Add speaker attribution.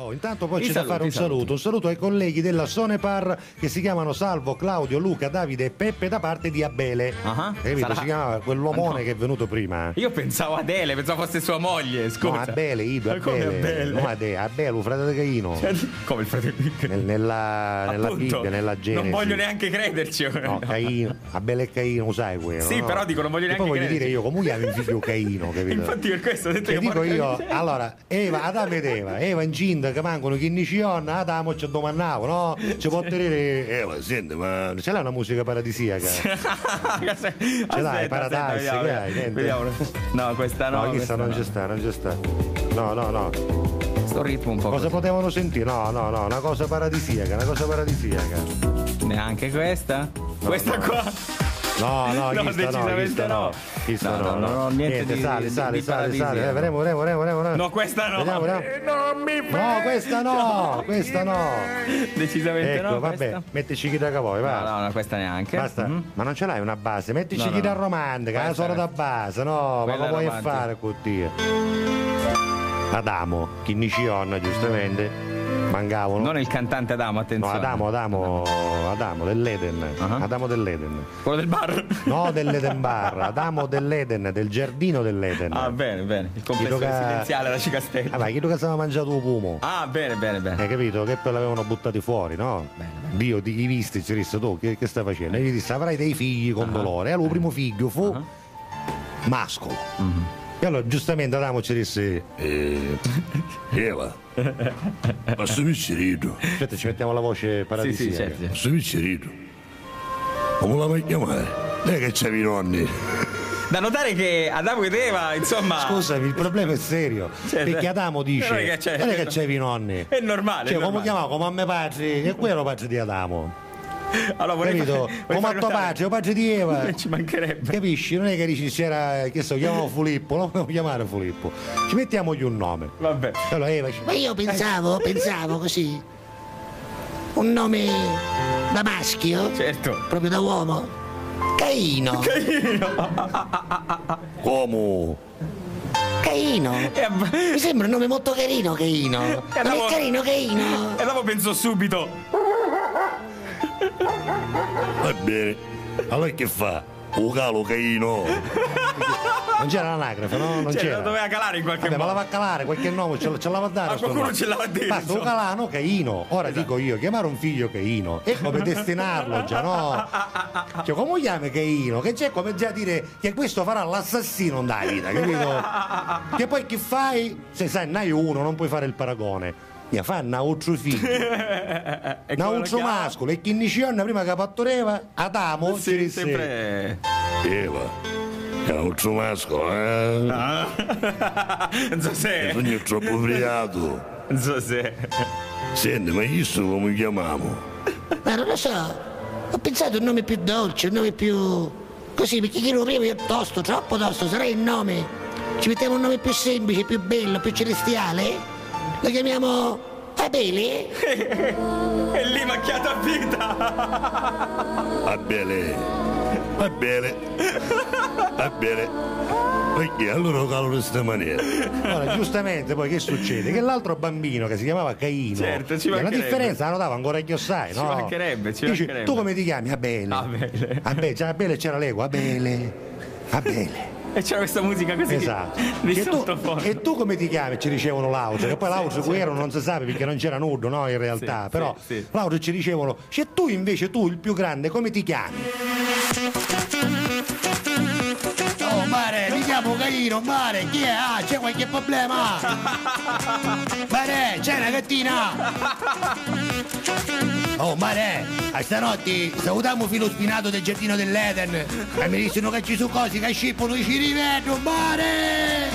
Speaker 1: Oh, intanto poi
Speaker 2: Ti
Speaker 1: c'è da
Speaker 2: saluto,
Speaker 1: fare un
Speaker 2: ti saluto.
Speaker 1: saluto. un saluto ai colleghi della Sonepar che si chiamano Salvo, Claudio, Luca, Davide e Peppe da parte di Abele.
Speaker 2: Ah,
Speaker 1: Capito?
Speaker 2: sarà-
Speaker 1: Si chiamava quell'uomone
Speaker 2: Ah, no.
Speaker 1: che è venuto prima.
Speaker 2: Io pensavo a Adele, pensavo fosse sua moglie, scusa.
Speaker 1: No, Abele, Ido,
Speaker 2: Ma come
Speaker 1: Abele.
Speaker 2: Adele?
Speaker 1: No, Ade, Abele, un fratello di Caino.
Speaker 2: Cioè, come il fratello
Speaker 1: Nel- nella nella
Speaker 2: Appunto,
Speaker 1: Bibbia, nella Genesi.
Speaker 2: Non voglio neanche crederci ora.
Speaker 1: No, Caino, Abele e Caino, lo sai quello.
Speaker 2: Sì,
Speaker 1: no?
Speaker 2: però dico, non voglio
Speaker 1: Che
Speaker 2: neanche
Speaker 1: Poi voglio
Speaker 2: crederci.
Speaker 1: dire io, comunque avevo un figlio Caino, capito?
Speaker 2: Infatti per questo ho detto
Speaker 1: Che
Speaker 2: che
Speaker 1: dico
Speaker 2: porca
Speaker 1: io,
Speaker 2: miseria.
Speaker 1: allora, Eva, Adamo ed Eva, Eva incinta che mancano 15 anni, Adamo ci domandavo, no? Ci può tenere Eva, senti, ma ce l'hai una musica paradisiaca?
Speaker 2: ce
Speaker 1: l'hai, Paradise,
Speaker 2: vediamo,
Speaker 1: che hai, niente.
Speaker 2: vediamo. No, questa no.
Speaker 1: no,
Speaker 2: questa
Speaker 1: chissà, non
Speaker 2: no.
Speaker 1: ci sta, non ci sta. No, no, no.
Speaker 2: Sto ritmo un po'
Speaker 1: Cosa
Speaker 2: così.
Speaker 1: potevano sentire? No, no, no, una cosa paradisiaca, una cosa paradisiaca.
Speaker 2: Neanche questa? questa
Speaker 1: no.
Speaker 2: qua.
Speaker 1: No, no,
Speaker 2: No,
Speaker 1: chista no,
Speaker 2: decisamente
Speaker 1: chista
Speaker 2: no.
Speaker 1: no. Chista
Speaker 2: No,
Speaker 1: no,
Speaker 2: no, no, niente di-
Speaker 1: sale,
Speaker 2: di-
Speaker 1: sale, sale, sale.
Speaker 2: di paradisiaco.
Speaker 1: Eh, vedremo, vedremo, vedremo, vedremo.
Speaker 2: No, questa no.
Speaker 1: Vediamo, vediamo.
Speaker 2: Eh, Non mi
Speaker 1: No, questa no, questa no.
Speaker 2: Decisamente
Speaker 1: Ecco,
Speaker 2: no.
Speaker 1: vabbè,
Speaker 2: questa.
Speaker 1: mettici chi da vuoi, va.
Speaker 2: No, no, no, questa neanche.
Speaker 1: Basta,
Speaker 2: Mm.
Speaker 1: ma non ce l'hai una base, mettici
Speaker 2: No, no,
Speaker 1: chitarra
Speaker 2: no.
Speaker 1: romantica, la
Speaker 2: Questa
Speaker 1: solo
Speaker 2: è-
Speaker 1: da base, no, ma
Speaker 2: Quella
Speaker 1: lo puoi
Speaker 2: romantica.
Speaker 1: fare con Dio. Adamo, Chinniciono, giustamente, mancavano.
Speaker 2: Non il cantante Adamo,
Speaker 1: No,
Speaker 2: attenzione.
Speaker 1: Adamo, Adamo, Adamo dell'Eden,
Speaker 2: Ah.
Speaker 1: Adamo dell'Eden.
Speaker 2: Quello del bar.
Speaker 1: No dell'Eden Bar, Adamo dell'Eden, del giardino dell'Eden.
Speaker 2: Ah, bene, bene. Il complesso
Speaker 1: Dico che-
Speaker 2: residenziale da Cicastello.
Speaker 1: Ah, ma chi lo che stava mangiato un pumo?
Speaker 2: Ah, bene, bene, bene.
Speaker 1: Hai capito? Che poi l'avevano buttati fuori, no? Dio, di chi visti, ci disse tu, che, che stai facendo? E gli disse, avrai dei figli
Speaker 2: Ah.
Speaker 1: con dolore. E allora il primo figlio fu mascolo.
Speaker 2: Mhm.
Speaker 1: E allora giustamente Adamo ci disse,
Speaker 3: Eh, Eva, passami il cerito,
Speaker 1: aspetta ci mettiamo la voce
Speaker 2: Sì,
Speaker 1: paradisiaca.
Speaker 2: sì, certo. certo.
Speaker 3: passami il cerito. Come la vuoi chiamare? Non è che c'è i nonni.
Speaker 2: Da notare che Adamo ed Eva, insomma.
Speaker 1: Scusami, il problema è serio.
Speaker 2: Cioè,
Speaker 1: perché
Speaker 2: dai.
Speaker 1: Adamo dice,
Speaker 2: Non
Speaker 1: non
Speaker 2: è
Speaker 1: è
Speaker 2: che c'è-
Speaker 1: che c'è i nonni.
Speaker 2: È normale.
Speaker 1: Cioè, come
Speaker 2: è normale.
Speaker 1: chiamavo? Come a me padre? Che quello padre di Adamo.
Speaker 2: Allora, vorrei
Speaker 1: Capito?
Speaker 2: fare- vorrei
Speaker 1: Come a
Speaker 2: fare
Speaker 1: tuo
Speaker 2: notare-
Speaker 1: padre, o padre di Eva.
Speaker 2: Non ci mancherebbe.
Speaker 1: Capisci? Non è che dici c'era, che so, chiamavo Filippo, non volevo chiamare Filippo. Ci mettiamogli un nome.
Speaker 2: Vabbè.
Speaker 1: Allora Eva Eh. dice,
Speaker 4: Ma io pensavo, pensavo così. Un nome da maschio,
Speaker 2: Certo.
Speaker 4: proprio da uomo. Caino.
Speaker 1: come?
Speaker 4: Caino.
Speaker 2: E, ab-
Speaker 4: Mi sembra un nome molto carino, Caino.
Speaker 2: Eh,
Speaker 4: Non
Speaker 2: no.
Speaker 4: è carino, Caino.
Speaker 2: e dopo penso subito.
Speaker 3: Va bene, allora che fa? Un calo caino.
Speaker 1: Non c'era l'anagrafe, no? Non
Speaker 2: Cioè,
Speaker 1: c'era.
Speaker 2: lo doveva calare in qualche
Speaker 1: Vabbè, ma la
Speaker 2: modo.
Speaker 1: va a calare, qualche nome ce, la- ce la va a dare.
Speaker 2: Ma
Speaker 1: sto
Speaker 2: Ah, qualcuno
Speaker 1: nome.
Speaker 2: ce l'aveva detto.
Speaker 1: Basta, un calano Caino. Ora
Speaker 2: Esatto.
Speaker 1: dico io, chiamare un figlio Caino è come destinarlo già, no? Cioè, come lo chiami Caino? Che c'è come già dire che questo farà l'assassino della vita, capito? Che poi che fai? Se sai, ne hai uno, non puoi fare il paragone. Ne fa un altro figlio.
Speaker 2: Eh, E come la
Speaker 1: Naucio
Speaker 2: chiama?
Speaker 1: mascolo e 15 anni prima che pattoreva Adamo ci
Speaker 2: Sì,
Speaker 1: disse,
Speaker 2: sempre.
Speaker 3: Eva, è un altro mascolo, eh?
Speaker 2: Ah. Zosè.
Speaker 3: Sogno troppo ubriaco.
Speaker 2: Zosè.
Speaker 3: Senti, ma questo come chiamiamo?
Speaker 4: Ma non lo so. Ho pensato a un nome più dolce, un nome più. Così, perché chi lo prima è tosto, troppo tosto, sarà il nome. Ci mettiamo un nome più semplice, più bello, più celestiale. Lo chiamiamo Abele?
Speaker 2: E lì macchiato a vita.
Speaker 3: Va bene, va bene, va bene. Perché allora lo calo in questa maniera?
Speaker 1: Allora, giustamente poi che succede? Che l'altro bambino che si chiamava Caino,
Speaker 2: Certo, ci
Speaker 1: che la
Speaker 2: mancherebbe.
Speaker 1: differenza la notava ancora che sai,
Speaker 2: Ci
Speaker 1: no?
Speaker 2: mancherebbe, ci
Speaker 1: Dici,
Speaker 2: mancherebbe.
Speaker 1: tu come ti chiami? Abele.
Speaker 2: Ah, Abele.
Speaker 1: Abele, cioè, Abele c'era l'ego, Abele. Abele.
Speaker 2: E c'era questa musica così.
Speaker 1: Esatto.
Speaker 2: Di
Speaker 1: Che tu-
Speaker 2: sottofondo.
Speaker 1: e tu come ti chiami? Ci dicevano Lauso, che poi Lauso qui ero non si sa perché non c'era nudo, no? In realtà,
Speaker 2: Sì,
Speaker 1: però
Speaker 2: sì, sì.
Speaker 1: Lauso ci dicevano, c'è tu invece tu il più grande, come ti chiami?
Speaker 4: Oh mare, mi chiamo Caino, mare, chi è? Ah, c'è qualche problema? Mare, c'è una gattina! Oh mare, a stanotte salutiamo filo spinato del giardino dell'Eden e mi dicono che ci sono cose che scippano i cirivedo, mare!